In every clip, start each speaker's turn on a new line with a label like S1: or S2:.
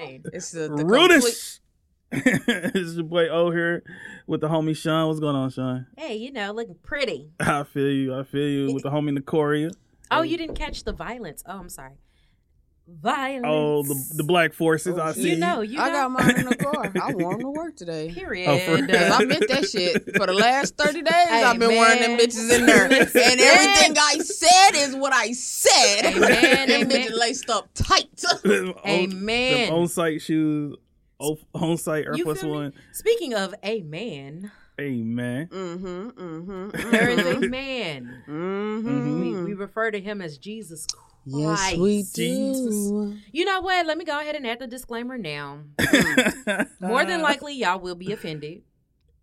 S1: insane. It's the, the complete-
S2: Rudis. it's your boy O here with the homie Sean. What's going on, Sean?
S1: Hey, you know, looking pretty.
S2: I feel you. I feel you with the homie Nicoria.
S1: Oh, you didn't catch the violence. Oh, I'm sorry. Violence.
S2: Oh, the, the Black Forces. I see.
S1: you know, you know.
S3: I got mine in the car. I wore them to work today.
S1: period.
S2: Oh, for real?
S3: Cause I meant that shit for the last thirty days.
S1: Hey,
S3: I've been wearing them
S1: man.
S3: bitches in there,
S1: Listen.
S3: and everything I said is what I said.
S1: Hey, man, hey,
S3: them
S1: man.
S3: bitches laced up tight.
S2: Them on-
S1: Amen.
S2: them on-site shoes, on-site Air
S1: You
S2: Force
S1: feel me?
S2: One.
S1: Speaking of a man,
S2: Amen.
S3: Mm-hmm. Mm-hmm.
S1: there is a man.
S3: Mm-hmm.
S1: We, we refer to him as Jesus Christ.
S3: Yes, we
S2: Jesus.
S3: do.
S1: You know what? Let me go ahead and add the disclaimer now. Hmm. More
S3: Uh.
S1: than likely, y'all will be offended.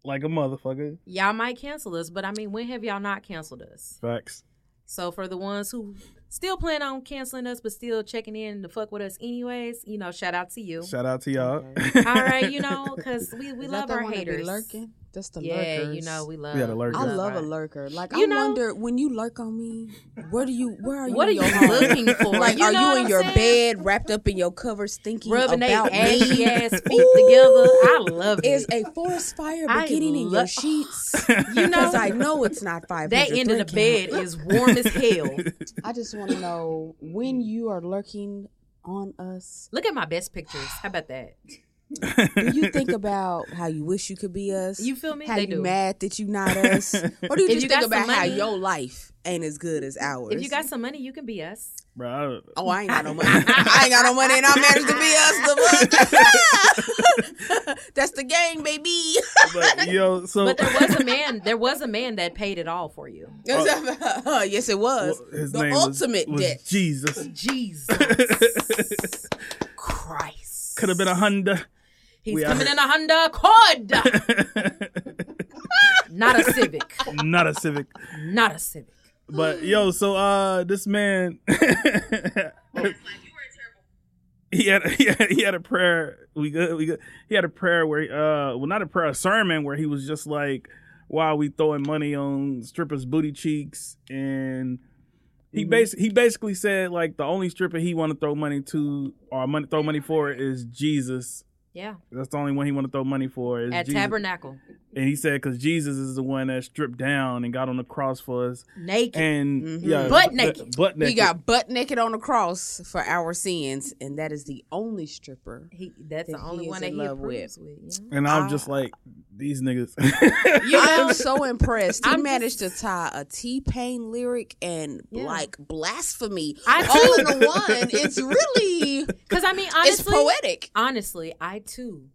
S2: like a motherfucker.
S1: Y'all might cancel us, but I mean, when have y'all not canceled us?
S2: Facts.
S1: So for the ones who still plan on canceling us, but still checking in to fuck with us anyways, you know, shout out to you.
S2: Shout out to y'all.
S1: All right, you know, because we, we
S3: Is
S1: love
S3: that the
S1: our
S3: one that be
S1: haters.
S3: lurking. That's the
S1: yeah,
S3: lurkers.
S1: you know, we love.
S2: Yeah, the lurkers.
S3: I love
S1: our-
S3: a lurker. Like
S1: You
S3: I
S1: know-
S3: wonder when you lurk on me, where do you where are you?
S1: What are
S3: in
S1: you
S3: your heart?
S1: looking for?
S3: Like
S1: You
S3: are
S1: know what
S3: you in
S1: I'm
S3: your
S1: saying?
S3: bed wrapped up in your covers thinking
S1: Rubbing their
S3: about
S1: ashy
S3: me?
S1: ass feet together. I love
S3: Is a
S1: it.
S3: forest fire
S1: I
S3: beginning in
S1: lo-
S3: your sheets?
S1: You know,
S3: Because I know it's not five.
S1: that end of the bed is warm as hell.
S3: I just want to know when you are lurking on us.
S1: Look at my best pictures. How about that?
S3: Do you think about how you wish you could be us?
S1: You feel me?
S3: How
S1: They
S3: you
S1: do.
S3: mad that you not us? Or do you
S1: If
S3: just
S1: you got
S3: think
S1: some
S3: about how
S1: money-
S3: your life ain't as good as ours?
S1: If you got some money, you can be us.
S2: Bro, I-
S3: Oh, I ain't got no money. I ain't got no money, and I'm married to be us. The fuck? That's the game, baby.
S2: but yo, so
S1: But there was a man. There was a man that paid it all for you.
S3: yes, it was
S2: Uh, Well, his
S3: the
S2: name was-
S3: ultimate
S2: was
S3: debt.
S2: Jesus.
S1: Jesus Christ.
S2: Could have been a Honda.
S1: He's
S2: we out
S1: coming
S2: here.
S1: in a Honda Accord, not a Civic,
S2: Not a Civic.
S1: not a Civic.
S2: But yo, so uh this man He had, he had he had a prayer. We good. We good. He had a prayer where uh well not a prayer, a sermon where he was just like, "Wow, we throwing money on strippers' booty cheeks," and he basi- he basically said like the only stripper he want to throw money to or money throw money for is Jesus.
S1: Yeah,
S2: That's the only one he want to throw money for is
S1: at
S2: Jesus.
S1: Tabernacle,
S2: and he said because Jesus is the one that stripped down and got on the cross for us
S1: naked.
S2: and
S3: Mhm.
S2: yeah,
S1: Butt
S2: the-
S1: naked.
S2: butt naked.
S3: He got butt naked on the cross for our sins, and that is the only stripper.
S1: he, that's the
S3: that he
S1: only
S3: is
S1: one that
S3: in
S1: he
S3: love
S1: approves with. you know?
S2: and I'm
S3: I-
S2: just like these niggas.
S3: I am so impressed. He
S1: I'm
S3: managed to tie a T Pain lyric and
S1: Yeah.
S3: like blasphemy
S1: I
S3: all
S1: too,
S3: into one. It's really
S1: because I mean,
S3: it's
S1: honestly,
S3: poetic.
S1: honestly, I too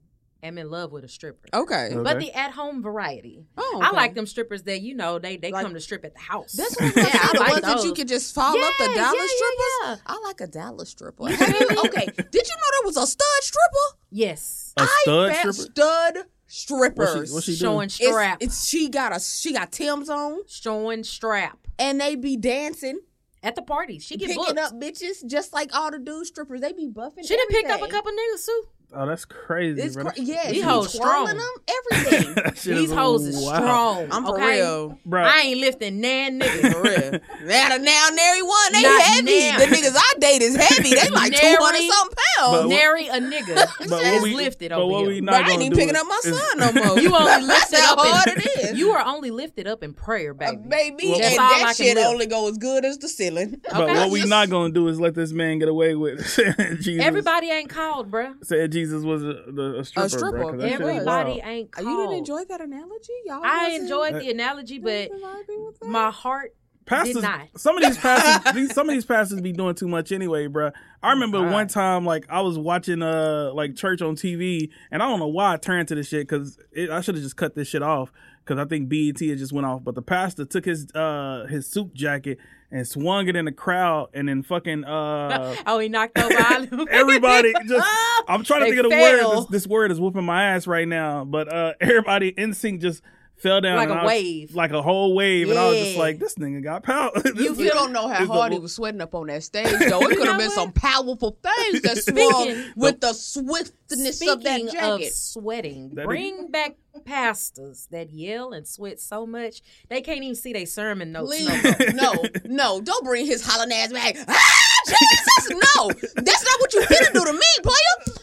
S1: am in love with a stripper.
S3: Okay.
S1: But
S2: Okay.
S1: the at-home variety,
S3: Oh,
S1: I
S3: okay.
S1: like them strippers that you know they they
S3: Like-
S1: come to strip at the house.
S3: That's what I'm
S1: Yeah, I
S3: saying. The
S1: like
S3: ones that you
S1: those.
S3: could just follow up the
S1: Yeah,
S3: dollar
S1: yeah, yeah,
S3: strippers.
S1: yeah.
S3: I like a dollar stripper.
S1: You
S3: Have you-
S1: feel me?
S3: okay. Did you know there was a stud stripper?
S1: yes,
S2: a stud
S3: I found
S2: stripper.
S3: stud
S2: What
S3: strippers.
S2: she, what she
S1: showing
S2: doing?
S3: It's-
S1: strap,
S3: It's, she got a she got Tim's on
S1: showing strap
S3: and they be dancing,
S1: at the party. She get
S3: picking
S1: booked.
S3: up bitches just like all the dude strippers. They be buffing.
S1: She done picked up a
S3: everything.
S1: couple niggas too.
S2: Oh, that's crazy.
S3: It's
S2: bro.
S3: cra- yeah,
S1: These
S3: she be
S1: hoes
S3: twirling
S1: strong.
S3: them everything.
S2: That shit
S1: These
S2: is
S1: hoes is
S2: wild.
S1: strong.
S3: I'm for
S1: okay?
S3: real.
S2: bro.
S1: I ain't lifting nan niggas.
S3: For real. That a now nary one. They
S1: Not
S3: heavy.
S1: now.
S3: The niggas I date is heavy. They like
S1: Nary.
S3: two hundred something
S2: But
S3: pounds.
S2: what-
S1: Nary a nigga
S2: but
S1: is
S2: what we,
S1: lifted
S2: but
S1: over
S2: what
S1: here.
S2: we
S3: But
S2: not
S3: I ain't
S2: gonna
S3: even
S2: do
S3: picking
S2: is-
S3: up my
S2: is-
S3: son no more.
S1: You only
S3: That's
S1: lifted
S3: how
S1: up
S3: hard
S1: in,
S3: it is.
S1: You are only lifted up in prayer, baby.
S3: baby,
S2: Well,
S3: and
S1: That's all I
S3: that
S1: can
S3: shit
S1: live.
S3: only go as good as the ceiling.
S2: But
S1: Okay.
S2: what we not gonna do is let this man get away with saying Jesus.
S1: Everybody ain't called, bruh.
S2: said Jesus was a, the, a stripper.
S3: stripper.
S2: Bro, 'cause that shit is
S1: Everybody
S2: wild.
S1: ain't
S3: Oh, You
S1: called.
S3: didn't enjoy that analogy, y'all.
S1: I
S3: wasn't-
S1: enjoyed
S2: That-
S1: the analogy, but
S3: with that?
S1: my heart.
S2: pastors,
S1: Did not.
S2: Some of these pastors, these, some of these pastors be doing too much anyway, bro. I remember
S1: Oh, God.
S2: one time, like I was watching uh like church on TV, and I don't know why I turned to this shit because I should have just cut this shit off because I think BET had just went off. But the pastor took his uh his suit jacket and swung it in the crowd, and then fucking uh.
S1: Oh, he knocked over Olive.
S2: Everybody just
S1: Oh,
S2: I'm trying to
S1: They
S2: think of the
S1: fell.
S2: word. This, this word is whooping my ass right now. But uh everybody in sync just fell down
S1: Like
S2: and
S1: a
S2: I was-
S1: wave.
S2: Like a whole wave. And I was just
S1: Yeah.
S2: like, this nigga got power. This
S3: You,
S2: nigga-
S3: you don't know how
S2: it's the
S3: hard
S2: wo-
S3: he was sweating up on that stage, though. It could
S1: know
S3: have been
S1: what?
S3: some powerful things that swung with the swiftness of that
S1: Speaking of,
S3: jacket.
S1: sweating,
S2: That
S1: bring back pastors that yell and sweat so much they can't even see their sermon notes.
S3: Please,
S1: no more.
S3: no, no, don't bring his hollering ass back. Ah, Jesus, no, that's not what you finna do to me, player.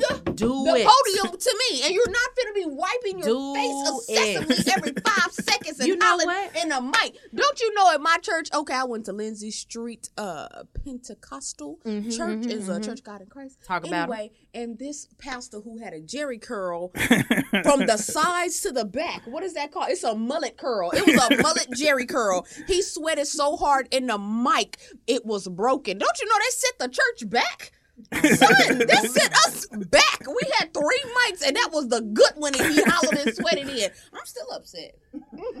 S3: to, to me, and you're not finna be wiping your
S1: Do
S3: face
S1: it.
S3: obsessively every five seconds and
S1: You know
S3: hollering
S1: what?
S3: in a mic. Don't you know at my church? Okay, I went to Lindsay Street uh, Pentecostal
S1: Mhm,
S3: Church.
S1: mhm,
S3: is a
S1: mhm.
S3: church of God in Christ.
S1: Talk about 'em.
S3: anyway, and this pastor who had a Jerry curl from the sides to the back. What is that called? It's a mullet curl. It was a mullet Jerry curl. He sweated so hard in the mic, it was broken. Don't you know they sent the church back? Son, they sent us back. We had three mics, and that was the good one that he hollered and sweated in. I'm still upset.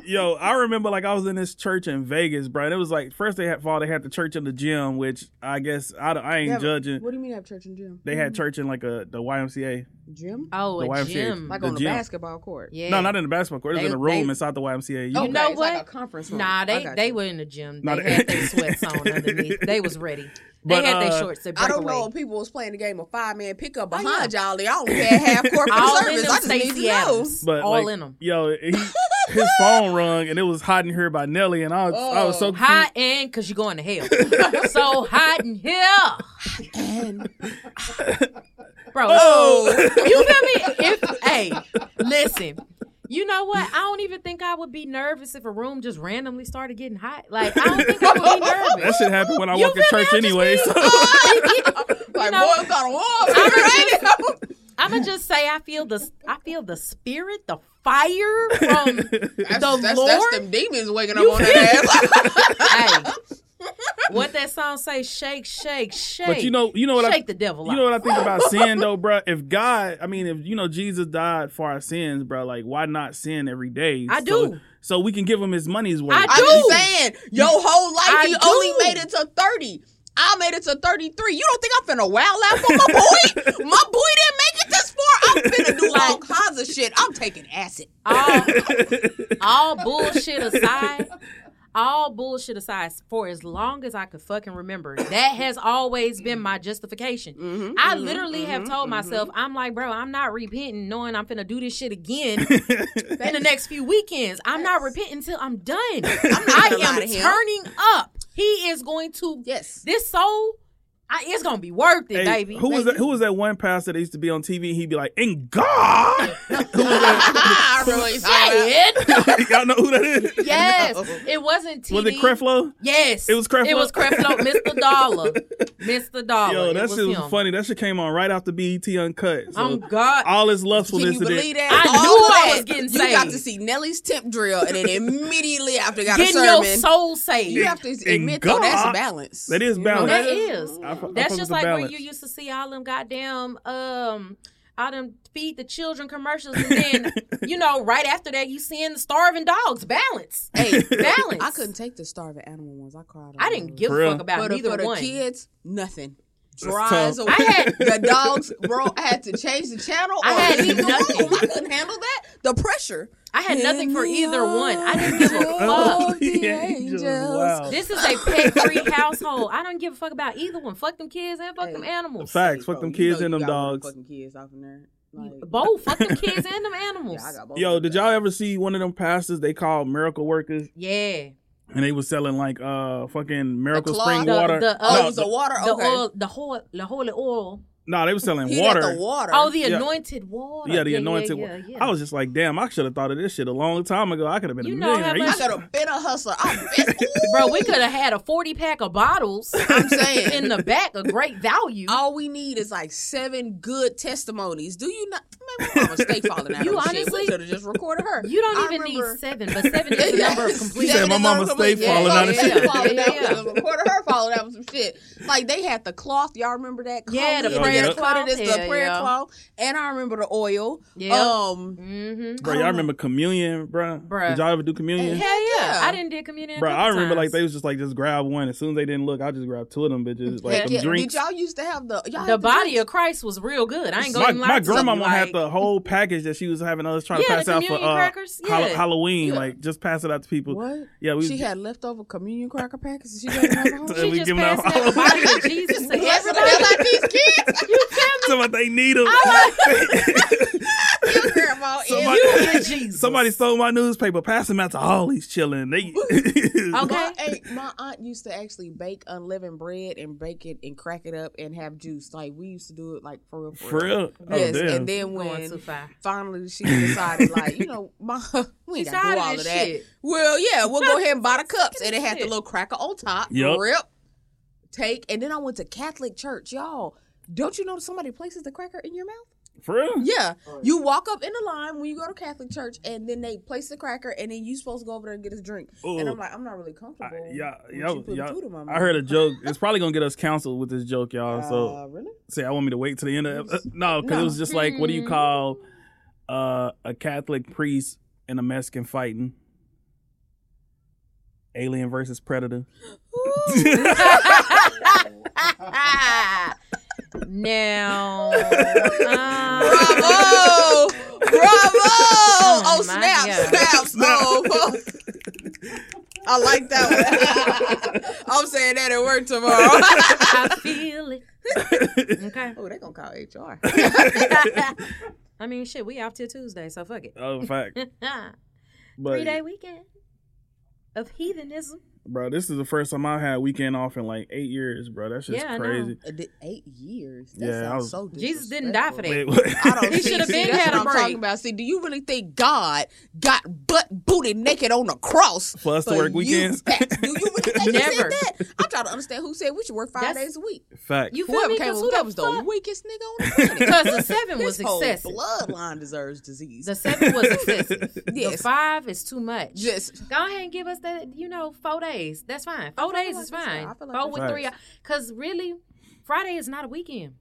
S2: Yo, I remember like I was in this church in Vegas, bro. And it was like first they had of all they had the church in the gym, which I guess I, don't- I ain't judging.
S3: do you mean have church and gym?
S2: They
S1: Mm-hmm.
S2: had church in like a the YMCA.
S3: Gym?
S1: Oh,
S2: The
S1: a
S2: YMCA.
S1: gym.
S2: Like- The on a gym.
S3: basketball court.
S1: yeah.
S2: No, not in the basketball court. It was
S3: They-
S2: in a room
S3: they-
S2: inside the YMCA. You-
S1: Oh, know
S3: it's like
S1: what?
S3: a conference room.
S1: Nah,
S3: I
S1: they
S3: got
S1: they
S3: you.
S1: were in the gym. They
S2: Not a-
S1: had their sweats on underneath. They was ready. They
S2: But,
S1: had their
S2: uh,
S1: shorts. Their
S3: I don't
S1: breakaway.
S3: know if people was playing the game of five man pickup
S1: Oh, yeah.
S3: behind y'all. Y'all only had half court for
S1: All in
S3: service.
S1: them
S3: I just need to
S1: Stacey
S3: know.
S1: Adams.
S2: But
S1: all
S2: like,
S1: in them.
S2: Yo, he, his phone rung and it was hot in here by Nelly, and I was I was so
S3: Oh,
S2: hot.
S1: Hot in because you're going to hell. so hot in here. Bro,
S2: Oh.
S1: you feel me? If hey, listen. You know what? I don't even think I would be nervous if a room just randomly started getting hot. Like I don't think I would be nervous.
S2: That shit happened when I
S1: You
S2: walked to
S1: feel me?
S2: church
S1: I just
S2: anyway.
S1: feel-
S2: So
S3: like,
S1: know-
S3: boy, it's got a warm.
S1: I'ma just say I feel the I feel the spirit, the fire from
S3: That's,
S1: the
S3: that's,
S1: Lord.
S3: that's them demons waking up on that ass.
S1: hey, what that song say? Shake, shake, shake.
S2: But you know, you know what
S1: shake
S2: I,
S1: the devil.
S2: You know what I think about sin though, bro. If God, I mean, if you know Jesus died for our sins, bro, like why not sin every day?
S1: I
S2: So-
S1: do.
S2: So we can give him his money's worth.
S1: I
S3: I'm
S1: do.
S3: just saying, your whole life,
S1: I
S3: you
S1: do.
S3: only made it to 30. I made it to 33. You don't think I'm finna wow out for my boy? my boy didn't make it this far. I'm finna do all kinds of shit. I'm taking acid.
S1: all, all bullshit aside, all bullshit aside, for as long as I could fucking remember, that has always been my justification.
S2: Mm-hmm,
S1: I literally have told myself, I'm like, bro, I'm not repenting, knowing I'm finna do this shit again in the next few weekends. I'm not repenting until I'm done. I'm
S3: gonna lie to him.
S1: turning up. He is going to
S3: Yes.
S1: this soul. I, it's gonna be worth it,
S2: Hey,
S1: baby.
S2: who was that? Who was that one pastor that used to be on TV? He'd be like, "In God." who was that?
S3: I really
S1: Shit.
S2: Y'all know who that is?
S1: yes,
S3: No.
S1: it wasn't TV.
S2: Was it Creflo?
S1: Yes,
S2: It was Creflo?
S1: It was Creflo, Mr. Dollar, Mr. Dollar.
S2: Yo,
S1: Oh, it
S2: that
S1: was
S2: shit was
S1: him.
S2: funny. That shit came on right after BET Uncut. So
S1: Oh God,
S2: all his
S3: Can
S2: lustfulness.
S3: you
S2: in it.
S3: believe that?
S1: I
S3: All
S1: knew
S3: of
S1: I
S3: that,
S1: was getting
S3: You got
S1: saved.
S3: to see Nelly's temp drill, and then immediately after got
S1: getting
S3: a
S1: your
S3: sermon,
S1: soul saved.
S3: you have to admit though
S2: God.
S3: that's a balance.
S2: That is
S3: You know,
S2: balance.
S1: that is.
S2: I fu- I fuck
S1: That's
S2: with
S1: just
S2: the
S1: like where
S2: balance.
S1: you used to see all them goddamn um. all them feed the children commercials, and then you know, right after that, you seeing the starving dogs. Balance,
S3: Hey,
S1: balance.
S3: I couldn't take the starving animal ones. I cried.
S1: I didn't give
S2: For
S1: a
S2: real.
S1: fuck about
S3: for the,
S1: neither
S3: for the
S1: one.
S3: kids nothing.
S2: That's
S3: Dry
S2: tough.
S3: as a
S1: I had-
S3: the dogs, bro. I had to change the channel.
S1: I
S3: or
S1: had
S3: leave the
S1: nothing.
S3: room. I couldn't handle that. The pressure.
S1: I had nothing for
S3: In the
S1: either one. I didn't give a
S3: arms
S1: fuck.
S3: of the angels.
S2: Wow.
S1: This is a pet free household. I don't give a fuck about either one. Fuck them kids and fuck
S3: Hey.
S1: them animals.
S2: Facts. Fuck
S3: Bro,
S2: them
S3: you
S2: kids
S3: know
S2: and
S3: you
S2: them
S3: got one
S2: dogs.
S3: Fucking kids out in there. Like,
S1: Both. Fuck them kids and them animals.
S3: yeah, I got both
S2: Yo,
S3: of
S2: did
S3: them.
S2: y'all ever see one of them pastors they call miracle workers
S1: Yeah.
S2: and they was selling like uh fucking miracle
S3: cloth,
S2: spring
S3: the-
S2: water?
S1: the,
S3: Oh,
S1: No,
S3: it was the water.
S1: The
S3: okay.
S1: oil, the whole, the holy oil.
S2: nah, they was selling
S3: He
S2: water.
S3: let the water.
S1: Oh, the
S2: Yeah.
S1: anointed water.
S2: Yeah, the anointed
S1: yeah,
S2: one.
S1: yeah.
S2: I was just like, damn, I should have thought of this shit a long time ago. I could have been
S1: You
S2: a
S1: know how
S2: millionaire. You
S1: much-
S3: I could have been a hustler. I been,
S1: Bro, we could have had a 40 pack of bottles
S3: I'm saying.
S1: in the back of great value.
S3: all we need is like seven good testimonies. Do you not? Man, my mama steak falling out.
S1: You
S3: of her shit.
S1: honestly-
S3: we could have just recorded her.
S1: You don't
S3: I
S1: even
S3: remember-
S1: need seven, but seven is the
S3: Yeah.
S1: number of complete.
S2: said my
S3: is
S2: mama
S3: on
S2: steak
S3: the-
S1: falling out of
S3: yeah,
S1: shit.
S3: falling
S1: Yeah,
S3: out.
S1: yeah.
S3: The recorder her falling out with some shit. Like they had the cloth. Y'all remember that?
S1: Yeah, the
S3: Coleman
S2: prayer
S3: that coated
S1: cloth.
S3: us, the
S1: Yeah,
S3: prayer
S1: yeah.
S3: cloth. And I remember the oil.
S1: Yeah.
S3: Um,
S1: Mm-hmm.
S2: Bro, y'all remember communion, bro?
S1: Bruh.
S2: Did y'all ever do communion?
S3: Hey,
S1: Hell yeah.
S3: yeah.
S1: I didn't did community.
S2: Bro, I remember like they was just like just grab one. As soon as they didn't look, I just grabbed two of them bitches. Like
S3: yeah,
S2: them
S3: yeah.
S2: drinks.
S3: Did y'all used to have the y'all
S1: The
S3: had
S1: body
S3: drinks?
S1: of Christ was real good. I ain't going
S2: my
S1: to lie.
S2: my
S1: to you.
S2: grandmama
S1: like,
S2: had the whole package that she was having us trying
S1: Yeah,
S2: to pass
S1: the
S2: out for
S1: communion
S2: uh,
S1: crackers,
S2: Hall-
S1: yeah.
S2: Halloween. Like just pass it out to people.
S3: What?
S2: Yeah, we
S3: She had leftover communion cracker packets. She got them at home?
S1: She
S2: we
S1: just
S2: giving out
S1: passed out the
S2: all-
S1: body of Oh, Jesus to
S3: Yes,
S1: everybody.
S3: like these kids.
S1: You feel me?
S2: somebody they need them.
S3: Your grandma is.
S2: Somebody-
S1: You Hallelujah, Jesus.
S2: Somebody stole my newspaper. Pass them out to Ollie's chilling. They
S1: Okay.
S3: My aunt, my aunt used to actually bake unleavened bread and bake it and crack it up and have juice. Like we used to do it like for real.
S2: for real. Oh,
S3: Yes,
S2: damn.
S3: and then
S1: Going too
S3: when
S1: far.
S3: finally she decided, like you know, my we ain't gotta
S1: Tired
S3: do
S1: of
S3: all of
S1: this
S3: that.
S1: shit.
S3: Well, yeah, we'll go ahead and buy the cups, and it had the
S1: Shit.
S3: little cracker on top.
S2: Yup.
S3: Rip, take, and then I went to Catholic church, y'all. Don't you know somebody places the cracker in your mouth?
S2: for real.
S3: Yeah,
S1: Oh,
S3: you walk up in the line when you go to Catholic church, and then they place the cracker, and then you supposed to go over there and get a drink. And
S2: Ooh.
S3: I'm like, I'm not really comfortable.
S2: I- y'all-
S3: with
S2: y'all-
S3: you putting
S2: y'all-
S3: food in my mouth.
S2: I heard a joke. It's probably gonna get us canceled with this joke, y'all. so
S3: Uh, really?
S2: say I want me to wait to the end of uh,
S3: Yes.
S2: no, because it
S3: No. Hmm.
S2: was just like what do you call uh, a Catholic priest and a Mexican fighting? Alien versus Predator.
S1: now. uh,
S3: Bravo! Bravo! Oh,
S1: my
S3: snap,
S1: God.
S3: snap. Oh, fuck. I like that one. I'm saying that at work tomorrow.
S1: I feel it. Okay.
S3: oh, they're going to call HR.
S1: Uh, I mean, shit, we off till Tuesday, so fuck it.
S2: Oh, fact. But
S1: Three day weekend of heathenism.
S2: bro, this is the first time I've had weekend off in like eight years, bro. That's just
S1: Yeah, I know.
S2: crazy.
S3: Uh, di- Eight years.
S2: Yeah, I was-
S3: so
S1: Jesus didn't die for
S3: disrespectful.
S1: that.
S2: Wait, what?
S3: I don't
S1: He
S3: see-
S1: should've
S3: see,
S1: been
S3: that's
S1: had a
S3: what I'm
S1: break.
S3: talking about. See, do you really think God got butt booted naked on a cross
S2: For us to
S3: for
S2: work
S3: you
S2: weekends?
S3: fats? Do you really think He
S1: Never.
S3: said that? I'm trying to understand who said we should work five
S1: That's-
S3: days a week.
S2: fact.
S1: You feel
S3: Whoever
S1: me?
S3: came
S1: 'Cause
S3: up
S1: who
S3: with that was
S1: the
S3: the
S1: fuck?
S3: weakest nigga on the planet.
S1: Because the seven
S3: His
S1: was
S3: whole
S1: excessive.
S3: bloodline deserves disease.
S1: The seven was excessive. The
S3: Yes.
S1: five is too much.
S3: Just
S1: Go ahead and give us that, you know, four days. That's fine. Four days
S3: like
S1: is
S3: that's
S1: fine.
S3: right. I feel like
S1: four
S3: that's
S1: with three.
S2: right.
S1: Because really, Friday is not a weekend.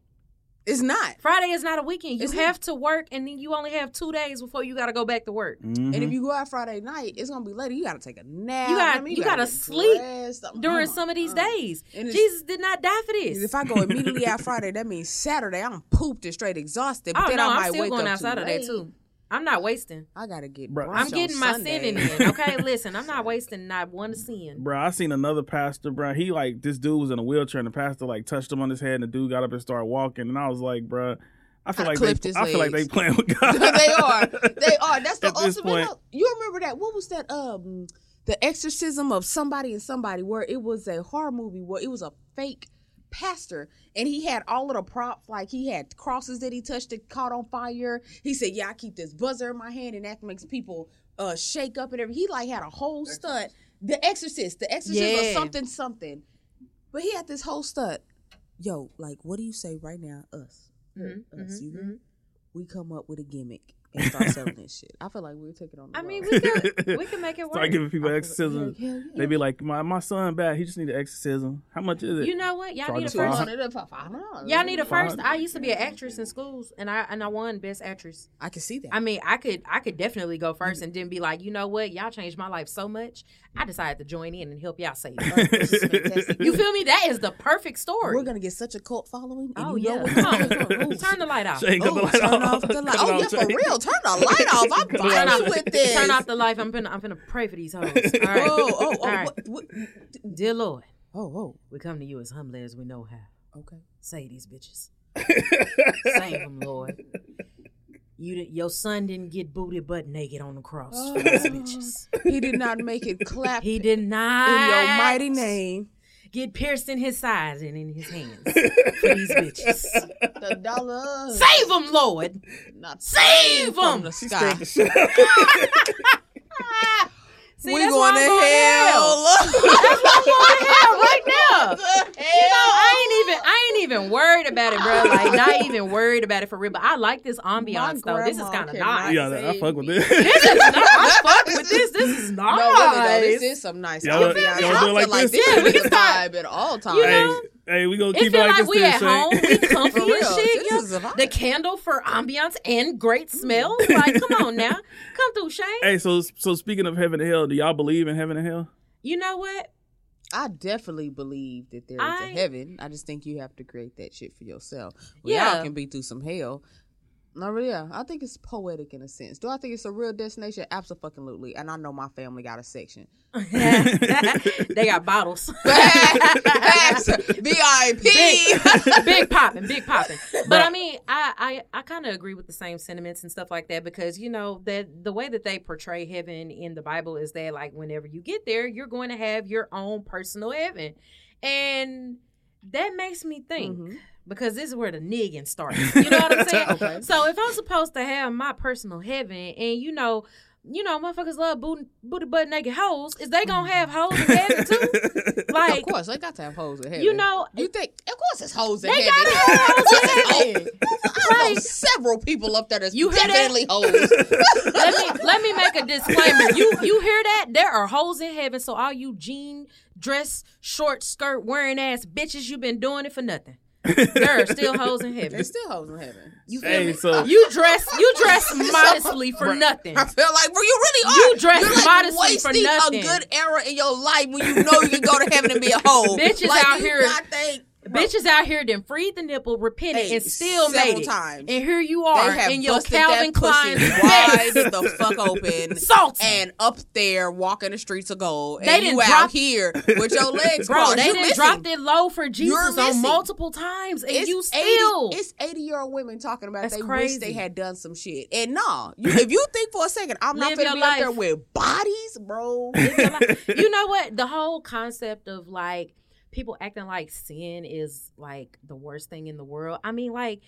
S3: it's not.
S1: Friday is not a weekend. You
S3: It's not.
S1: have to work, and then you only have two days before you got to go back to work.
S2: Mhm.
S3: And if you go out Friday night, it's gonna be later. You gotta take a nap.
S1: Mm-hmm. You gotta-
S3: I mean,
S1: you gotta
S3: get
S1: sleep
S3: dressed. I'm-
S1: During
S3: oh,
S1: some of these
S3: uh.
S1: days,
S3: And it's-
S1: Jesus did not die for this.
S3: If I go immediately out Friday, that means Saturday I'm pooped and straight exhausted. But
S1: oh
S3: then
S1: no,
S3: I might
S1: I'm still
S3: wake
S1: going
S3: up
S1: outside
S3: too
S1: of that
S3: late.
S1: too. I'm not wasting.
S3: I gotta get.
S2: Bruh.
S3: brunch
S1: I'm
S3: on
S1: getting my sin
S3: Sunday.
S1: in. Okay, listen, I'm not wasting not one sin.
S2: Bro, I seen another pastor, bro. He like this dude was in a wheelchair and the pastor like touched him on his head and the dude got up and started walking and I was like, bro, I feel
S3: I
S2: like they,
S3: clipped his
S2: I feel like they
S3: legs.
S2: playing with God.
S3: they are. They are. That's the
S2: At this
S3: ultimate.
S2: point-
S3: help. You remember that? What was that? Um, the exorcism of somebody and somebody, where it was a horror movie, where it was a fake pastor, and he had all of the props, like he had crosses that he touched that caught on fire. He said, "Yeah, I keep this buzzer in my hand, and that makes people uh shake up and everything." He like had a whole stunt. The Exorcist, The Exorcist,
S1: Yeah.
S3: or something, something. But he had this whole stunt. Yo, like, what do you say right now? Us,
S1: Mm-hmm,
S3: us, you hear me? uh, we come up with a gimmick and start selling this shit. I feel like we're taking on. The
S1: I mean,
S3: road.
S1: we could we could make it work.
S2: Start giving people
S3: Like,
S2: exorcisms.
S3: hell yeah.
S2: They be like, my my son bad. He just need an exorcism. How much is it?
S1: You know what? Y'all
S2: Try
S1: need a
S2: to
S3: Two
S1: first.
S3: hundred and five- I don't know.
S1: Y'all need a
S2: Fine.
S1: first. I used to be an actress in schools, and I and I won best actress.
S3: I can see that.
S1: I mean, I could I could definitely go first and then be like, you know what? Y'all changed my life so much.
S3: Mm-hmm.
S1: I decided to join in and help y'all save. it."
S3: This is fantastic.
S1: you feel me? That is the perfect story.
S3: we're gonna get such a cult following. And
S1: oh
S3: you know
S1: yeah,
S3: what?
S1: come on, turn the light off.
S2: Shane, cut the
S3: Oh,
S2: light
S3: turn
S2: off.
S3: off the light.
S2: Cut it
S3: Oh yeah,
S2: off,
S3: for
S2: Shane.
S3: real. Turn the light off. I'm
S1: Turn
S3: violent
S1: off,
S3: with this.
S1: turn off the life. I'm finna, I'm finna pray for these hoes. All right.
S3: Oh, oh, oh,
S1: All right.
S3: what, what,
S1: Dear Lord,
S3: oh,
S1: we come to you as humble as we know how.
S3: oh. Okay.
S1: Save these bitches. Save them, Lord. You, di- your son didn't get booty butt naked on the cross for these bitches.
S3: He did not make it clap
S1: He did not.
S3: Oh. in your mighty name.
S1: Get pierced in his sides and in his hands for these bitches.
S3: The dollar
S1: Save them, Lord.
S3: not
S1: Save
S3: from the
S1: them.
S3: sky.
S1: See,
S3: we
S1: that's
S3: going
S1: why
S3: to
S1: I'm going
S3: hell.
S1: That's why I'm going to hell right now. You know,
S3: hell.
S1: I ain't even I ain't even worried about it, bro. Like not even worried about it for real. But I like this ambiance though. This is
S3: grandma
S1: kind of
S3: cannot
S1: nice.
S2: yeah, I fuck with this.
S1: This is not, I fuck with this. This is
S3: No,
S1: nice.
S3: really, though, this is some nice.
S2: Y'all-
S3: I'll be
S2: y'all
S3: honest.
S2: do
S3: I
S2: it
S3: feel
S2: like
S3: like,
S2: this?
S3: this
S1: Yeah, we
S3: is
S1: can
S3: the
S1: start-
S3: vibe at all times.
S1: You
S2: hey,
S1: know?
S2: hey, we gonna
S1: it
S2: keep
S1: feel like,
S2: this
S1: we
S2: too,
S1: at
S2: Shane.
S1: home. We comfy
S3: For real,
S1: as shit.
S3: this
S1: yo.
S3: is Mm. a vibe.
S1: The candle for ambiance and great smell. Like, come on now, come through, Shane.
S2: Hey, so so speaking of heaven and hell, do y'all believe in heaven and hell?
S1: You know what?
S3: I definitely believe that there is
S1: I-
S3: a heaven. I just think you have to create that shit for yourself. We
S1: Yeah.
S3: all can be through some hell. No, but yeah, I think it's poetic in a sense. Do I think it's a real destination? Absolutely. And I know my family got a section.
S1: they got bottles.
S3: VIP.
S1: big, big popping, big popping. But I mean, I I, I kind of agree with the same sentiments and stuff like that because you know that the way that they portray heaven in the Bible is that like whenever you get there, you're going to have your own personal heaven, and that makes me think.
S3: Mhm.
S1: Because this is where the nigging starts. You know what I'm saying?
S3: Okay.
S1: So if I'm supposed to have my personal heaven, and you know, you know, motherfuckers love booty, booty butt naked hoes, is they gonna have hoes in heaven too?
S3: of
S1: Like,
S3: course, they got to have hoes in heaven.
S1: you know,
S3: you think? Of course, it's hoes in
S1: they
S3: heaven. Oh,
S1: gotta have hoes in heaven.
S3: I know
S1: Right.
S3: several people up there that's
S1: You hear that?
S3: definitely hoes.
S1: let me let me make a disclaimer. You you hear that? There are hoes in heaven. So all you jean dress, short skirt wearing ass bitches, you've been doing it for nothing. There are still hoes in heaven.
S3: There's still hoes in heaven. You feel
S2: Hey,
S3: me?
S2: so
S1: You dress you dress modestly for nothing.
S3: I feel like bro, you really
S1: You
S3: are.
S1: dress
S3: You're like
S1: modestly for
S3: wasting
S1: nothing.
S3: a good era in your life when you know you can go to heaven and be a hoe.
S1: Bitches
S3: like,
S1: out
S3: you
S1: here-
S3: Not think, bro,
S1: Bitches out here then freed the nipple, repented,
S3: Hey,
S1: and still
S3: several
S1: made it.
S3: times.
S1: And here you
S3: they
S1: are
S3: have
S1: in your
S3: busted
S1: Calvin
S3: that
S1: Klein
S3: pussy wide the fuck open.
S1: salt.
S3: and up there walking the streets of gold.
S1: They
S3: and
S1: didn't
S3: you out
S1: drop-
S3: here with your legs
S1: Bro,
S3: crossed.
S1: they
S3: you
S1: didn't
S3: missing.
S1: drop it low for Jesus on
S3: missing.
S1: multiple times, and
S3: It's
S1: you still.
S3: 80, it's 80 year old women talking about
S1: That's
S3: they
S1: crazy.
S3: wish they had done some shit. And nah, you, if you think for a second, I'm not
S1: Live
S3: gonna
S1: your
S3: be up there
S1: life.
S3: with bodies, bro.
S1: you know what? The whole concept of like people acting like sin is like the worst thing in the world. I mean, like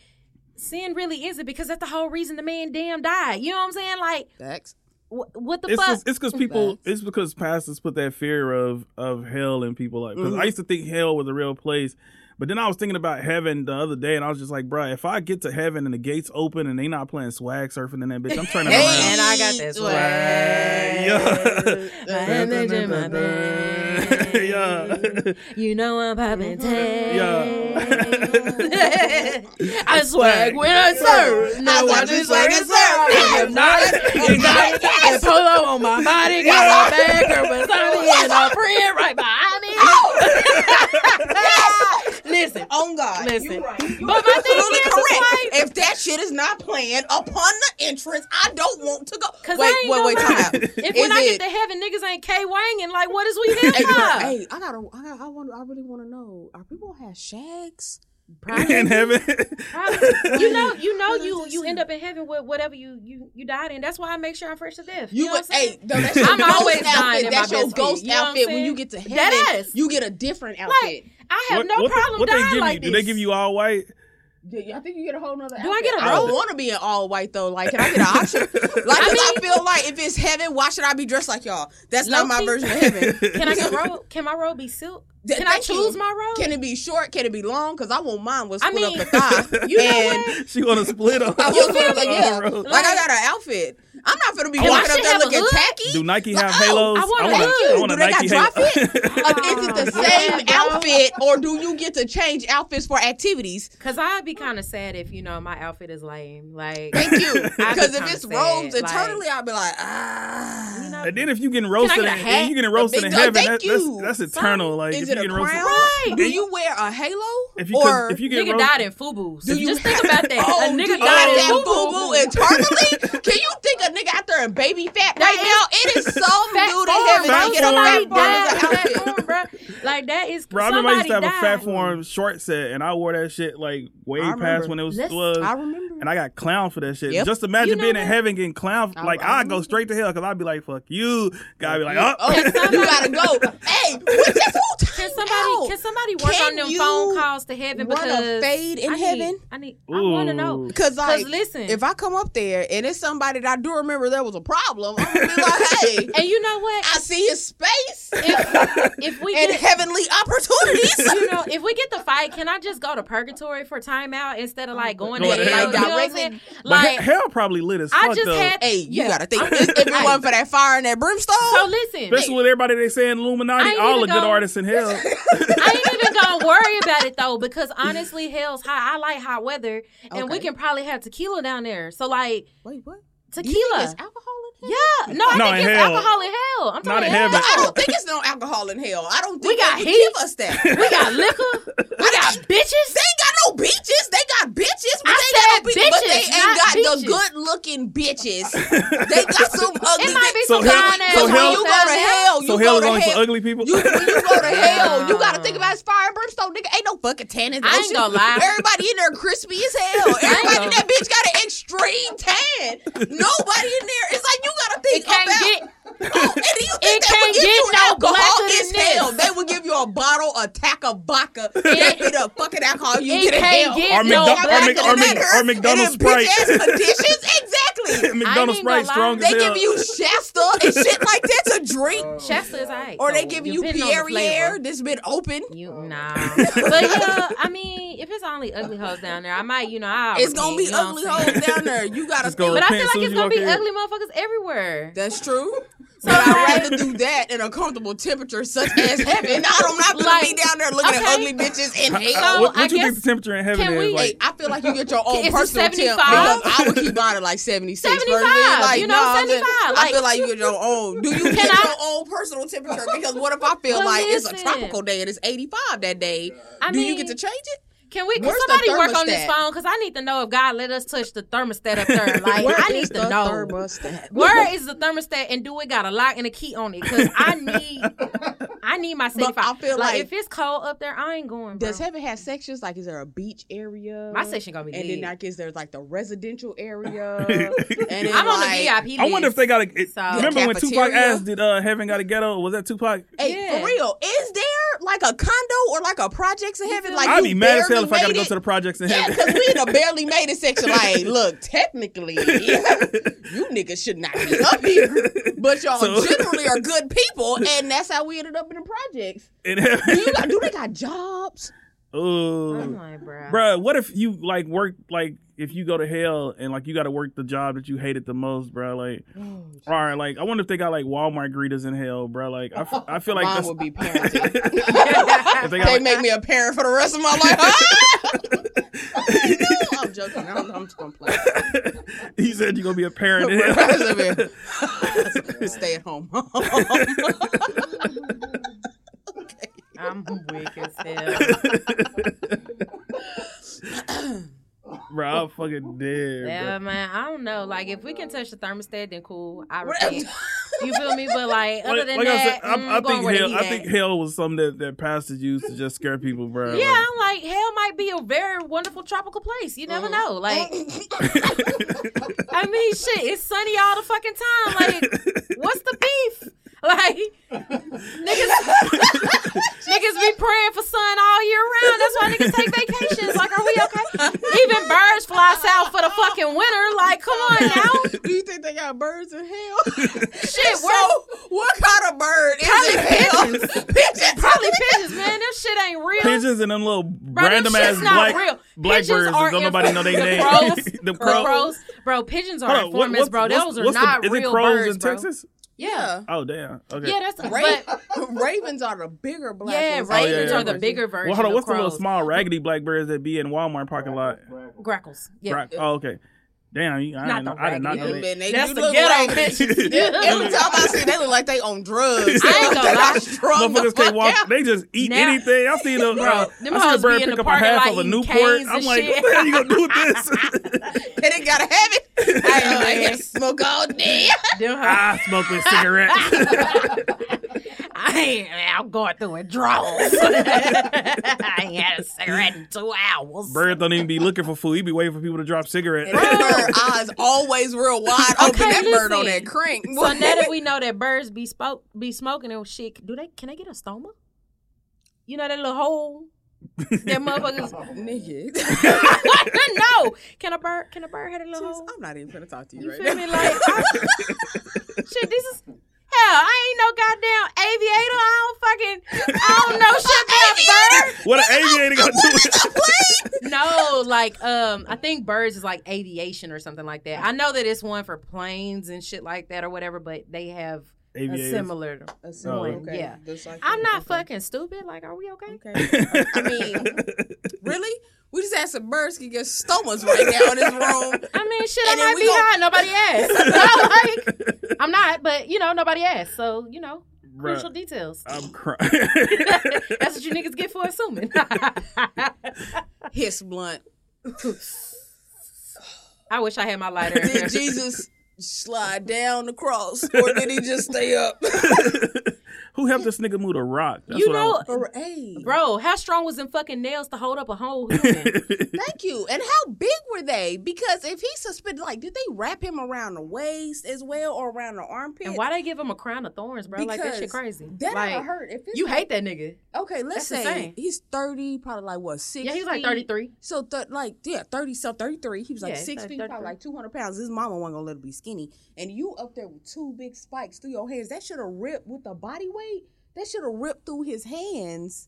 S1: sin really isn't because that's the whole reason the man damn died. You know what I'm saying? Like,
S3: Facts.
S1: wh- what the
S2: it's
S1: fuck?
S2: just, it's because people
S3: Facts.
S2: it's because pastors put that fear of of hell in people like because I
S1: Mm-hmm.
S3: Mhm.
S2: used to think hell was a real place, but then I was thinking about heaven the other day and I was just like, bro, if I get to heaven and the gates open and they not playing swag surfing in that bitch, I'm turning
S1: Man,
S2: around.
S1: I got this
S3: Hey,
S1: way.
S2: yeah.
S1: I am the gym, my man.
S2: Yeah.
S1: You know I'm
S3: Mm-hmm.
S1: popping tags.
S2: Yeah.
S1: I swag when I serve.
S3: I
S1: No
S3: got
S1: one
S3: you
S1: is swag
S3: swag
S1: and
S3: and
S1: serve. I am not. It's not. And polo on my body. Got my bag or wasabi and a friend right behind
S3: Oh,
S1: me. Listen.
S3: On God.
S1: Listen.
S3: You're right. You're
S1: But my thing
S3: absolutely
S1: is, it's
S3: correct.
S1: like-
S3: if that shit is not playing upon the entrance, I don't want to go.
S1: 'Cause
S3: Wait,
S1: I ain't
S3: wait, wait,
S1: gonna
S3: time
S1: lie.
S3: out.
S1: If
S3: Is
S1: when I
S3: it-
S1: get to heaven, niggas ain't K Wang and like, what is we here
S3: Hey, girl,
S1: for?
S3: hey, I gotta, I, gotta, I, want, I really want to know: Are people have shags?
S2: in heaven.
S1: Probably. you know, you know,
S3: What I
S1: you
S3: just
S1: you
S3: said.
S1: end up in heaven with whatever you you you died in. That's why I make sure I'm fresh to death.
S3: You,
S1: know
S3: would,
S1: what I'm
S3: hey,
S1: saying?
S3: no, that's your
S1: I'm
S3: ghost
S1: always
S3: outfit.
S1: dying in
S3: that's
S1: my
S3: your
S1: best
S3: ghost
S1: fit. You know what I'm
S3: outfit. When
S1: saying?
S3: you get to heaven,
S1: That ass.
S3: you get a different outfit.
S1: like I have no problem
S2: what they
S1: dying
S2: give
S1: like
S2: you?
S1: this.
S2: Do they give you all white?
S3: Yeah, I think you get a whole nother.
S1: Do I get a
S3: I don't
S1: robe?
S3: want to be in all white though. Like, can I get an option? Like, 'cause I, feel like if it's heaven, why should I be dressed like y'all? That's not my
S1: Low-key.
S3: version of heaven.
S1: Can I get robe? Can my robe be silk?
S3: Th-
S1: Can I
S3: thank you.
S1: choose my robe?
S3: Can it be short? Can it be long? Because I want mine was
S1: I
S3: split
S1: mean,
S3: up the thigh.
S1: you know
S3: and
S1: what?
S2: She want to split on.
S3: I
S2: on
S3: was gonna,
S2: the
S3: like, yeah,
S2: road.
S3: like, I got an outfit. I'm not gonna be
S1: And my
S3: walking up
S1: shit
S3: there
S1: have a
S3: looking
S1: hood?
S3: tacky.
S2: Do Nike have
S3: Like, oh,
S2: halos?
S1: I want a
S2: wanna-
S1: hood.
S2: want a
S3: Do they
S2: Nike
S3: got
S2: halo.
S3: Like, is it the
S1: Yeah,
S3: same
S1: bro.
S3: outfit, or do you get to change outfits for activities?
S1: Cause I'd be kind of sad if you know my outfit is lame. Like
S3: Thank you.
S1: I'd be
S3: Because if
S1: kinda
S3: it's
S1: sad,
S3: robes
S1: like-
S3: eternally, I'll be like, ah.
S1: you know,
S2: And then if you getting roasted,
S1: Can I get a
S2: in-
S1: hat?
S2: then you getting roasted
S3: big
S2: in
S3: dog,
S2: heaven.
S3: thank
S2: That, that's
S3: you.
S2: that's eternal. Like
S3: is
S2: if
S3: it a
S2: you getting
S3: crown?
S2: roasted,
S1: Right.
S3: Do you wear a halo?
S2: if you 'cause
S3: or
S2: if you get
S1: nigga
S2: roasted,
S1: died in FUBU. So
S3: do you
S1: just think about that.
S3: Oh,
S1: a
S3: do
S1: nigga
S3: you have
S1: died
S3: that
S1: in
S3: boo boo eternally? Can you think a nigga out there in baby fat right
S1: is
S3: now? It is so
S1: Fat
S3: new to
S1: form,
S3: heaven.
S2: Fat
S1: bro.
S3: They get a
S1: Somebody
S3: fat
S2: form
S1: died
S3: as an
S1: in fat
S3: outfit.
S1: form, bro. Like that is
S2: Robbie May
S1: somebody
S2: used to have
S1: died.
S2: a fat form short set, and I wore that shit like way
S3: I
S2: past
S3: remember.
S2: when it was.
S1: Let's-
S2: was
S3: I remember.
S2: and I got clown for that shit.
S3: Yep.
S2: Just imagine
S1: You know
S2: being in
S1: what?
S2: heaven getting clown.
S3: I-
S2: like
S3: I
S2: I, would go straight to hell because I'd be like, "Fuck you," guy be like, "Uh." "Up."
S3: Oh, you gotta go. Hey, what this whole time
S1: Can somebody
S3: out?
S1: can somebody work
S3: Can
S1: on them
S3: you
S1: phone calls to heaven
S3: run a
S1: because
S3: fade in
S1: I need-
S3: heaven?
S1: I need. I want to know.
S2: Ooh.
S3: Cause
S1: Cause
S3: like,
S1: listen,
S3: if I come up there and it's somebody that I do remember there was a problem, I'm gonna be like, hey,
S1: and you know what?
S3: I see his space
S1: If, if we
S3: and
S1: get,
S3: heavenly opportunities.
S1: you know, if we get the fight, can I just go to purgatory for timeout instead of
S3: Oh,
S1: like going to
S2: Go
S1: hell?
S2: to
S1: You know
S2: hell.
S1: what I'm
S3: Directly.
S1: saying?
S2: But
S1: Like,
S2: he- hell probably lit as
S1: I
S2: fuck
S1: just
S2: though.
S1: had.
S3: hey, you
S1: yeah.
S3: gotta think. If it
S1: Hey.
S3: wasn't for that fire and that brimstone,
S1: So listen,
S2: Especially with everybody they saying
S1: I
S2: Illuminati,
S1: ain't
S2: all the
S1: even
S2: good
S1: gonna-
S2: artists in hell.
S1: I ain't even gonna worry about it though because honestly, hell's hot. I like hot weather, and we
S3: Okay.
S1: can probably have tequila down there. So like
S3: wait, what? You think
S1: tequila.
S3: there's alcohol in
S1: Yeah,
S3: hell?
S1: no, I
S2: No,
S1: think
S2: in
S1: it's
S2: hell.
S1: alcohol in hell. I'm
S2: Not
S1: talking
S2: in
S1: hell.
S2: heaven.
S3: I don't think it's no alcohol in hell. I don't think
S1: We got
S3: they would
S1: heat.
S3: give us that.
S1: We got liquor.
S3: I got.
S1: Bitches.
S3: They ain't got no beaches. They got bitches. But
S1: I
S3: they got
S1: said
S3: no be- but
S1: bitches,
S3: they ain't
S1: not
S3: got the good looking bitches. they got some ugly.
S1: It might be
S2: So
S1: some
S2: hell-
S1: fine ass.
S2: so
S3: Because when
S2: hell-
S1: hoes
S3: you go
S1: out
S3: to
S1: here.
S3: hell,
S2: so
S3: you
S2: hell
S3: go
S2: is
S3: to
S2: only for
S3: hell.
S2: ugly people.
S3: You, when you go to hell, you gotta
S1: Yeah.
S3: think about it's fire and brimstone, nigga. Ain't no fucking tan in that
S1: I ain't
S3: shit.
S1: gonna lie.
S3: Everybody in there crispy as hell. Everybody in
S1: gonna-
S3: that bitch got an extreme tan. Nobody in there. It's like you gotta think
S1: It can't
S3: about.
S1: get.
S3: oh, and you think
S1: it
S3: they would
S1: can't
S3: give
S1: get
S3: you
S1: no
S3: alcohol
S1: blacker
S3: as
S1: than
S3: hell?
S1: this.
S3: They would give you a bottle, a tack of vodka. That'd be the fucking alcohol you
S1: It
S3: get in
S1: can't
S3: hell.
S1: get
S2: Or
S1: no
S2: McDo- or
S1: blacker
S2: Mc-
S1: than
S2: or
S1: that.
S2: Mc- or McDonald's Sprite.
S3: bitch ass conditions. Exactly.
S2: McDonald's
S1: even gonna
S2: Sprite
S1: lie.
S2: strong
S3: They
S2: as hell.
S3: give you Shasta and shit like that to drink.
S1: Shasta is alright.
S3: Or they
S1: though,
S3: give you
S1: depending on the
S3: Pierre
S1: flavor.
S3: that's been open.
S1: You nah, but yeah, I mean, if it's only ugly hoes down there, I might, you know, I
S3: It's gonna be ugly hoes down there. You gotta
S2: It's gonna-
S3: think.
S1: But I
S2: Repent
S1: feel
S2: soon as
S1: like it's
S2: you
S1: gonna
S2: walk
S1: be
S2: in.
S1: ugly motherfuckers everywhere.
S3: That's true. But I'd rather do that in a comfortable temperature such as heaven. I don't, I'm not gonna be
S1: Like,
S3: down there looking
S1: okay.
S3: at ugly bitches in
S2: Uh,
S1: So,
S3: hell.
S2: what
S1: I
S2: what you think
S1: guess-
S2: the temperature in heaven
S1: can
S2: is
S1: we-
S2: like?
S3: Hey, I feel like you get your own
S1: Is it
S3: personal temp.
S1: 75?
S3: because I would keep mine at like 76. personally.
S1: 75,
S3: Like,
S1: you know,
S3: nah, I'm just-
S1: 75,
S3: I
S1: like-
S3: feel like you get your own. Do you get
S1: I-
S3: your own personal temperature? Because what if I feel
S1: But
S3: like it's a
S1: listen.
S3: tropical day and it's 85 that day?
S1: I
S3: do
S1: mean,
S3: you get to change it?
S1: Can we? Can
S3: Where's the
S1: somebody work on this
S3: thermostat?
S1: phone? Because I need to know if God let us touch the thermostat up there. Like
S3: Where
S1: I
S3: is
S1: need
S3: the
S1: to know.
S3: thermostat?
S1: Where is the thermostat and do it got a lock and a key on it? Because I need, I need my
S3: But
S1: seventy
S3: I
S1: five.
S3: feel like-
S1: if it's cold up there, I ain't going. Bro.
S3: Does heaven have sections? Like, is there a beach area?
S1: my section gonna be
S3: And
S1: big.
S3: then I guess there's like the residential area. and then
S1: I'm on
S3: like-
S1: the VIP.
S2: I wonder if
S1: list.
S2: they got a. It,
S1: So-
S2: remember when Tupac
S3: Cafeteria?
S2: asked, "Did uh, Heaven got a ghetto?" Was that Tupac?
S3: Hey,
S1: Yeah.
S3: for real, is there like a condo or like a projects in heaven? Like
S2: I'd
S3: you
S2: be mad as
S3: barely
S2: hell if I got to
S3: made
S2: go
S3: it?
S2: to the projects in
S3: Yeah,
S2: heaven.
S3: because we in a barely made it section. Like, look, technically, you niggas should not be up here. But y'all
S2: So-
S3: generally are good people, and that's how we ended up in the projects.
S2: in
S3: Do, you Oh
S2: heaven.
S3: got, do they got jobs?
S1: I'm
S2: Ooh.
S1: like, bro.
S2: Bruh, what if you like work like if you go to hell and like you got to work the job that you hated the most, bruh? Like,
S3: Oh,
S2: all right, like I wonder if they got like Walmart greeters in hell, bruh. Like I, f- I feel like
S3: Mine
S2: that's,
S3: would be parenting.
S2: If they got,
S3: they
S2: like-
S3: make me a parent for the rest of my life. No, I'm joking. I'm, I'm just gonna play.
S2: you said you're gonna be a parent. in hell.
S3: Stay at home.
S1: I'm weak as hell.
S2: Bruh, I'm fucking dead.
S1: Yeah,
S2: bruh.
S1: man. I don't know. Like, if we can touch the thermostat, then cool. I repent. You feel me? But like, other
S2: Like,
S1: than
S2: like I said,
S1: that,
S2: I,
S1: mm,
S2: I
S1: going
S2: think
S1: where the
S2: hell.
S1: heat
S2: I
S1: at.
S2: think hell was something that, that pastors used to just scare people, bruh.
S1: Yeah, I'm like, hell might be a very wonderful tropical place. You
S2: Uh-huh.
S1: never know. Like, I mean, shit, it's sunny all the fucking time. Like, what's the beef? Like, niggas, niggas be praying for sun all year round. That's why niggas take vacations. Like, are we okay? Even birds fly south for the fucking winter. Like, come on now.
S3: Do you think they got birds in hell?
S1: Shit,
S3: so,
S1: we're
S3: what kind of bird is
S1: Probably
S3: in hell? Pigeons.
S1: probably pigeons, man. This shit ain't real.
S2: pigeons and them little
S1: Bro, them
S2: random ass
S1: shit's not
S2: black
S1: real.
S2: blackbirds
S1: Pigeons
S2: that
S1: are
S2: don't nobody know they name.
S1: infamous. Crows.
S2: the
S1: Bro,
S2: crow.
S1: crows, bro, pigeons
S2: Hold
S1: are
S2: on, what-
S1: informants, bro.
S2: what's-
S1: Those are
S2: what's the-
S1: not
S2: is it
S1: real
S2: crows
S1: birds,
S2: in
S1: bro.
S2: Texas?
S1: Yeah,
S2: Oh damn. Okay.
S1: yeah, that's
S3: Ra-
S1: but
S3: ravens are the bigger black
S1: yeah,
S3: ones.
S2: Oh,
S1: ravens
S2: yeah, yeah,
S1: are the
S2: yeah.
S1: bigger version.
S2: well, hold on.
S1: of
S2: What's the little
S1: crows.
S2: small raggedy blackbirds that be in Walmart parking lot?
S1: grackles? Yeah,
S2: Right. Oh, okay. Damn, you, I,
S1: Not
S2: didn't know,
S1: the
S2: I did not
S1: raggedy.
S2: know
S3: Man,
S2: that.
S3: they,
S1: that's
S3: you
S1: the
S3: look
S1: ghetto
S3: like-
S1: bitches.
S3: Every time I see, they look like they on drugs.
S1: I ain't gonna lie.
S3: Strung the
S2: Motherfuckers
S3: fuck
S2: can't walk.
S3: out.
S2: They just eat
S1: Now-
S2: anything. I seen them. uh,
S1: them
S2: I seen a
S1: hoes
S2: bird
S1: be in
S2: pick
S1: the
S2: up a
S1: parking
S2: half
S1: lot
S2: of a
S1: eating
S2: Newport.
S1: canes and
S2: I'm like,
S1: shit.
S2: what the hell you gonna do with this?
S3: They didn't gotta have it. I ain't
S1: man.
S3: like, smoke all day.
S1: Them ho-
S2: I smoke with cigarettes.
S1: I ain't. I'm going through withdrawals. I ain't had a cigarette in two hours.
S2: Bird don't even be looking for food. He be waiting for people to drop cigarettes.
S3: Her eyes always real wide open.
S1: Okay,
S3: that bird on
S1: listen.
S3: that crank.
S1: So now that we know that birds be spoke be smoking and shit, do they can they get a stoma? You know that little hole that motherfuckers.
S3: Nigga.
S1: no, can a bird can a bird have a little hole?
S3: I'm not even gonna talk to you,
S1: You
S3: right
S1: feel
S3: now.
S1: me? Like I, shit, this is hell. I ain't no goddamn aviator. I don't fucking I don't know shit about birds.
S2: What an aviator gonna do? with-
S1: No, like um, I think birds is like aviation or something like that. I know that it's one for planes and shit like that or whatever, but they have a
S2: Aviators.
S1: similar.
S2: Oh,
S1: okay. Yeah. I'm not fucking stupid. Like, are we okay?
S3: Okay. I mean, really? We just had some birds can get stomas right now in this room.
S1: I mean, shit,
S3: And
S1: I
S3: then
S1: might
S3: we
S1: be
S3: gon-
S1: hot. Nobody asked. No, like, I'm not, but you know, nobody asked. So you know,
S2: Bruh,
S1: crucial details.
S2: I'm crying.
S1: That's what you niggas get for assuming.
S3: Hiss blunt.
S1: I I wish I had my lighter. in here.
S3: Did Jesus slide down the cross, or did he just stay up?
S2: Who helped this nigga move a rock? That's
S1: you
S2: what I
S1: know,
S2: was-
S3: Or- hey,
S1: bro, how strong was them fucking nails to hold up a whole human?
S3: thank you. And how big were they? Because if he suspended, like, did they wrap him around the waist as well, or around the armpit?
S1: and why they give him a crown of thorns, bro? like that shit
S3: Because
S1: crazy.
S3: That
S1: like,
S3: oughta hurt. If it's
S1: You
S3: like-
S1: hate that nigga.
S3: Okay, let's
S1: That's
S3: say
S1: insane.
S3: he's thirty, probably like what six?
S1: Yeah, he was like 33.
S3: So th- like yeah, thirty, so thirty three. He was like
S1: Yeah, he's
S3: six
S1: like
S3: feet, probably
S1: 33.
S3: like two hundred pounds. His mama wasn't gonna let him be skinny, and you up there with two big spikes through your hands. That should have ripped with the body weight. That should have ripped through his hands.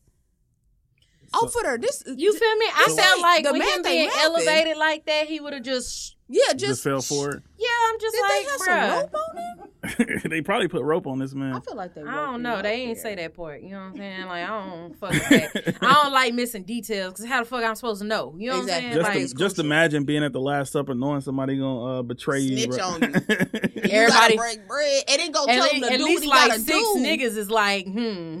S3: oh, for the this
S1: You
S3: j-
S1: feel me? I
S3: So-
S1: sound like
S3: The
S1: with
S3: math
S1: him
S3: ain't
S1: being
S3: mathing.
S1: elevated like that, he would have just.
S3: yeah, just,
S2: just, fell forward.
S1: Yeah, I'm just
S3: Did they have
S1: like,
S3: some
S1: bro.
S3: rope on him?
S2: they probably put rope on this man.
S3: I feel like they.
S1: I
S3: roped him
S1: don't know.
S3: up
S1: They ain't
S3: there.
S1: say that part. You know what I'm saying? Like I don't fuck with that. I don't like missing details because how the fuck I'm supposed to know? You know
S3: Exactly.
S1: what I'm
S2: Just,
S1: saying?
S2: im-
S3: it's
S2: just
S3: crucial.
S2: imagine being at the Last Supper, knowing somebody gonna uh, betray you.
S3: Snitch
S2: bro.
S3: on you.
S1: like
S3: You gotta
S1: everybody,
S3: break bread and then go
S1: at,
S3: tell him
S1: le-
S3: to
S1: at
S3: do what
S1: least
S3: he
S1: like
S3: gotta
S1: six
S3: do.
S1: niggas is like, hmm.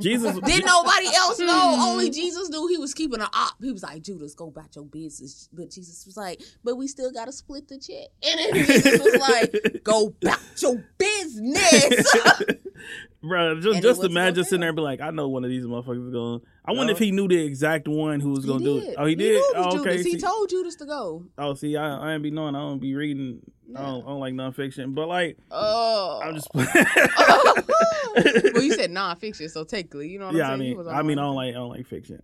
S2: Jesus,
S3: Didn't nobody else know.
S1: Hmm.
S3: Only Jesus knew he was keeping an op. He was like, Judas, go about your business. But Jesus was like, but we still got to split the check. And then Jesus was like, go about your business.
S2: bro,
S3: And
S2: just
S3: it
S2: just
S3: wasn't
S2: imagine
S3: gonna
S2: sitting
S3: fail.
S2: there and be like, I know one of these motherfuckers is gonna. I
S3: No.
S2: wonder if he knew the exact one who was gonna do it. Oh, he did.
S3: knew it was
S2: oh, okay.
S3: Judas. He
S2: see-
S3: told Judas to go.
S2: oh, see, I, I ain't be knowing. I don't be reading. I, don't, I don't like nonfiction, but like
S3: Oh.
S2: I'm just.
S3: well, you said nonfiction, so technically, you know what
S2: yeah, I
S3: I'm saying?
S2: mean, I mean, I don't like, I don't like fiction.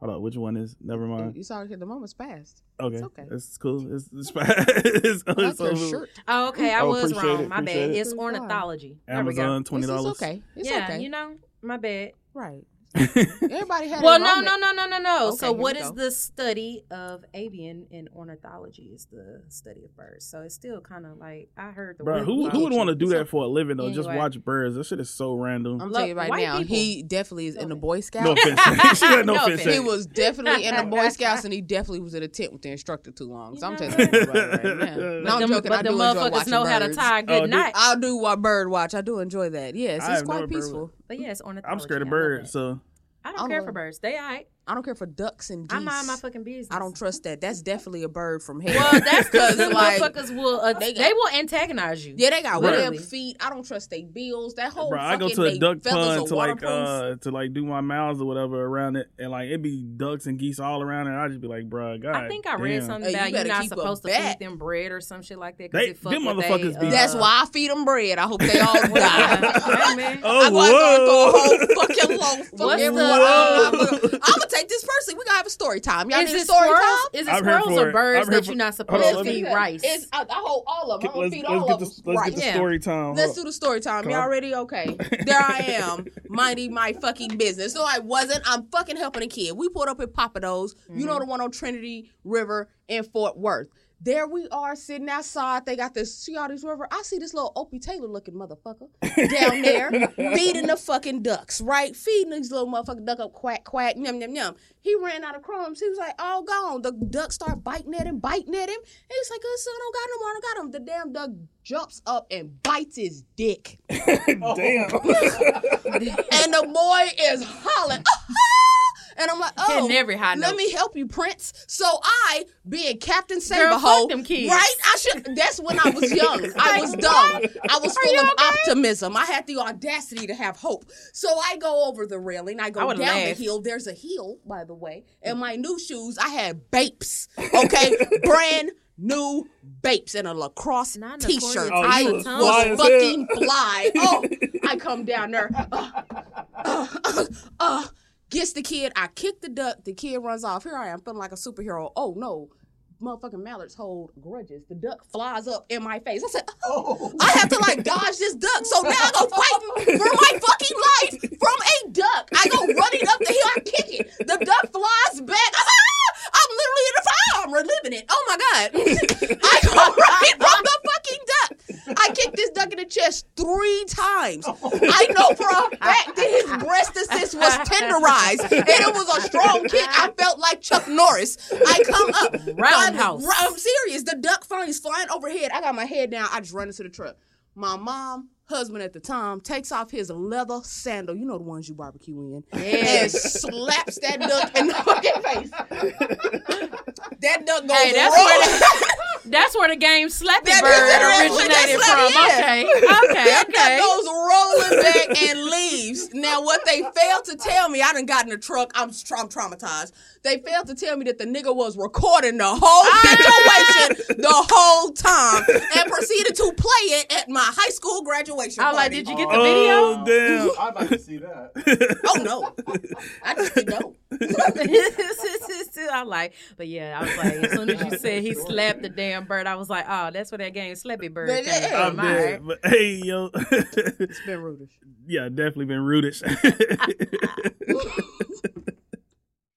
S2: Hold on, which one is? Never mind.
S3: You saw the moment's passed.
S2: Okay,
S3: okay.
S2: it's cool. It's it's, it's,
S3: I like
S2: it's
S3: your
S2: over.
S3: shirt.
S1: Oh, okay, I
S2: Oh,
S1: was
S2: appreciate
S1: wrong.
S2: it,
S1: My bad.
S2: appreciate it.
S1: It's ornithology. There we go.
S2: Amazon
S3: It's,
S2: twenty
S3: it's
S2: dollars.
S3: okay. It's
S1: yeah,
S3: okay.
S1: you know, my bad.
S3: right. Everybody had
S1: well,
S3: their
S1: no,
S3: moment.
S1: no, no, no, no, no.
S3: Okay,
S1: so,
S3: here we
S1: what is
S3: go.
S1: the study of avian in ornithology? Is the study of birds. So it's still kind of like I heard the
S2: Bro,
S1: word
S2: who who would
S1: biology.
S2: want to do that for a living though? Just
S1: Anyway.
S2: watch birds. That shit is so random.
S3: I'm
S1: Look,
S3: telling you right
S1: white
S3: now,
S1: people.
S3: he definitely is in the Boy Scout.
S2: No offense. she had no,
S1: No
S2: offense.
S1: offense.
S3: he was definitely in the Boy Scouts, and he definitely was in a tent with the instructor too long. So I'm
S1: You know
S3: telling you
S2: what?
S3: right, right now. No,
S2: But
S3: I'm
S1: Them-
S3: joking.
S1: But
S3: I
S1: the
S3: do enjoy
S1: motherfuckers
S3: watching
S1: know
S3: birds.
S1: how to tie a
S2: Oh,
S1: good
S2: dude.
S1: knot.
S3: I do watch bird watch. I do enjoy that. Yes, it's
S2: I have no
S3: quite
S2: bird
S3: peaceful.
S2: watch.
S1: But yeah, it's ornithology.
S2: I'm scared of
S1: I love
S2: birds,
S1: that.
S2: so
S1: I
S3: I'm
S1: don't care
S3: a-
S1: for birds. They all right.
S3: I don't care for ducks and geese.
S1: I mind my fucking business.
S3: I don't trust that. That's definitely a bird from hell.
S1: Well, that's because the
S3: like,
S1: motherfuckers will uh,
S3: they
S1: they,
S3: got-
S1: will antagonize you.
S3: yeah, they got
S1: Literally.
S3: webbed feet. I don't trust they bills. That whole
S2: bro, I
S3: fucking
S2: go to a
S3: they
S2: duck
S3: feathers
S2: pond
S3: are
S2: to like
S3: waterproof.
S2: uh to like do my mouths or whatever around it, and like it'd be ducks and geese all around it. I'd just be like, bro, God,
S1: I think I read
S2: damn.
S1: something
S3: Hey, you
S1: about you are
S3: better
S1: not
S3: keep a
S1: supposed to
S3: bat.
S1: feed them bread or some shit like that. 'cause
S2: They-
S1: it fuck
S2: them
S1: with they,
S2: motherfuckers be-
S1: uh,
S3: that's why I feed them bread. I hope they all die.
S1: Yeah, man.
S2: Oh,
S3: I'm going to throw a whole
S2: whoa.
S3: fucking loaf for
S1: What's
S3: everyone.
S1: the,
S3: I'm
S1: uh,
S3: gonna take this person. We gonna have a story time. Y'all
S1: is
S3: need a
S1: it
S3: story
S1: squirrels?
S3: time.
S1: Is it
S2: I'm here
S1: squirrels
S2: for
S1: or
S2: it.
S1: birds
S2: I'm here
S1: that
S2: for-
S1: you're not
S2: Hold
S1: supposed
S2: on,
S1: to
S2: let me-
S1: feed rice?
S3: It's, I, I hold all of them. I'm gonna
S2: let's,
S3: feed
S2: let's
S3: all
S2: get
S3: of
S2: the,
S3: them.
S2: let's
S3: Right.
S2: get the
S1: Yeah.
S2: story time.
S3: Let's do
S2: Hold
S3: the story time.
S2: Come
S3: Y'all
S2: on.
S3: ready? Okay. There I am, minding my fucking business. No, I wasn't. I'm fucking helping a kid. We pulled up at Papa Do's. You
S2: Mm-hmm.
S3: know the one on Trinity River in Fort Worth. There we are sitting outside. They got this. See all these river. I see this little Opie Taylor looking motherfucker down there feeding the fucking ducks. Right, feeding these little motherfucking duck up quack quack yum yum yum. He ran out of crumbs. He was like, all gone. The duck start biting at him, biting at him. He's like, good son, I don't got no more. I don't got him. The damn duck jumps up and bites his dick. And the boy is hollering. "Ah!" and I'm like, oh,
S1: Hitting every high
S3: let
S1: note.
S3: me help you, Prince. So I, being Captain
S1: Girl,
S3: Saberho,
S1: fuck them kids.
S3: right? I should. That's when I was young. I was dumb. I was full of optimism. I had the audacity to have hope. So I go over the railing. I go
S1: I
S3: down
S1: would've laughed.
S3: the hill. There's a hill, by the way. And my new shoes, I had Bapes. Okay, brand. New Bapes and a lacrosse
S1: Not
S3: t
S1: Napoleon.
S3: shirt.
S1: Oh, you
S3: I
S1: was
S3: was
S2: fly as hell.
S3: fucking fly. Oh, I come down there. Uh, uh, gets the kid. I kick the duck. The kid runs off. Here I am feeling like a superhero. Oh no. Motherfucking mallards hold grudges. The duck flies up in my face. I said, oh, I have to like dodge this duck. So now I go fight for my fucking life from a duck. I go running up the hill. I kick it. The duck flies back. I said, "Ah!" I'm literally in the fire. I'm reliving it. Oh my God. I go running from the fucking duck. I kicked this duck in the chest three times. I know for a fact that his breast assist was tenderized and it was a strong kick. I felt like Chuck Norris. I come up.
S1: Roundhouse.
S3: Finally, I'm serious. The duck finally is flying overhead. I got my head down. I just run into the truck. My mom, husband at the time, takes off his leather sandal. You know the ones you barbecue in. And slaps that duck in the fucking face. That duck goes
S1: Hey, that's
S3: rolling.
S1: where That's where the game Slappy
S3: That-
S1: Bird
S3: that's where they
S1: originated
S3: slap-
S1: from.
S3: yeah.
S1: Okay, okay,
S3: That
S1: okay.
S3: duck goes rolling back and leaves. Now, what they failed to tell me, I done got in the truck. I'm, tra- I'm traumatized. They failed to tell me that the nigga was recording the whole
S1: Ah!
S3: situation the whole time and proceeded to play it at my high school graduation
S1: I was like,
S3: party.
S1: did you get the
S2: Oh,
S1: video?
S2: damn.
S4: I'd like to see that.
S3: oh no, I just didn't know.
S1: I'm like, but yeah, I was like, as soon as you said he slapped the damn bird, I was like, oh, that's where that game Slappy Bird
S3: But
S1: came
S3: yeah.
S2: I'm
S1: from. All right.
S2: dead. But hey, yo.
S1: It's been rudish.
S2: yeah, definitely been rudish.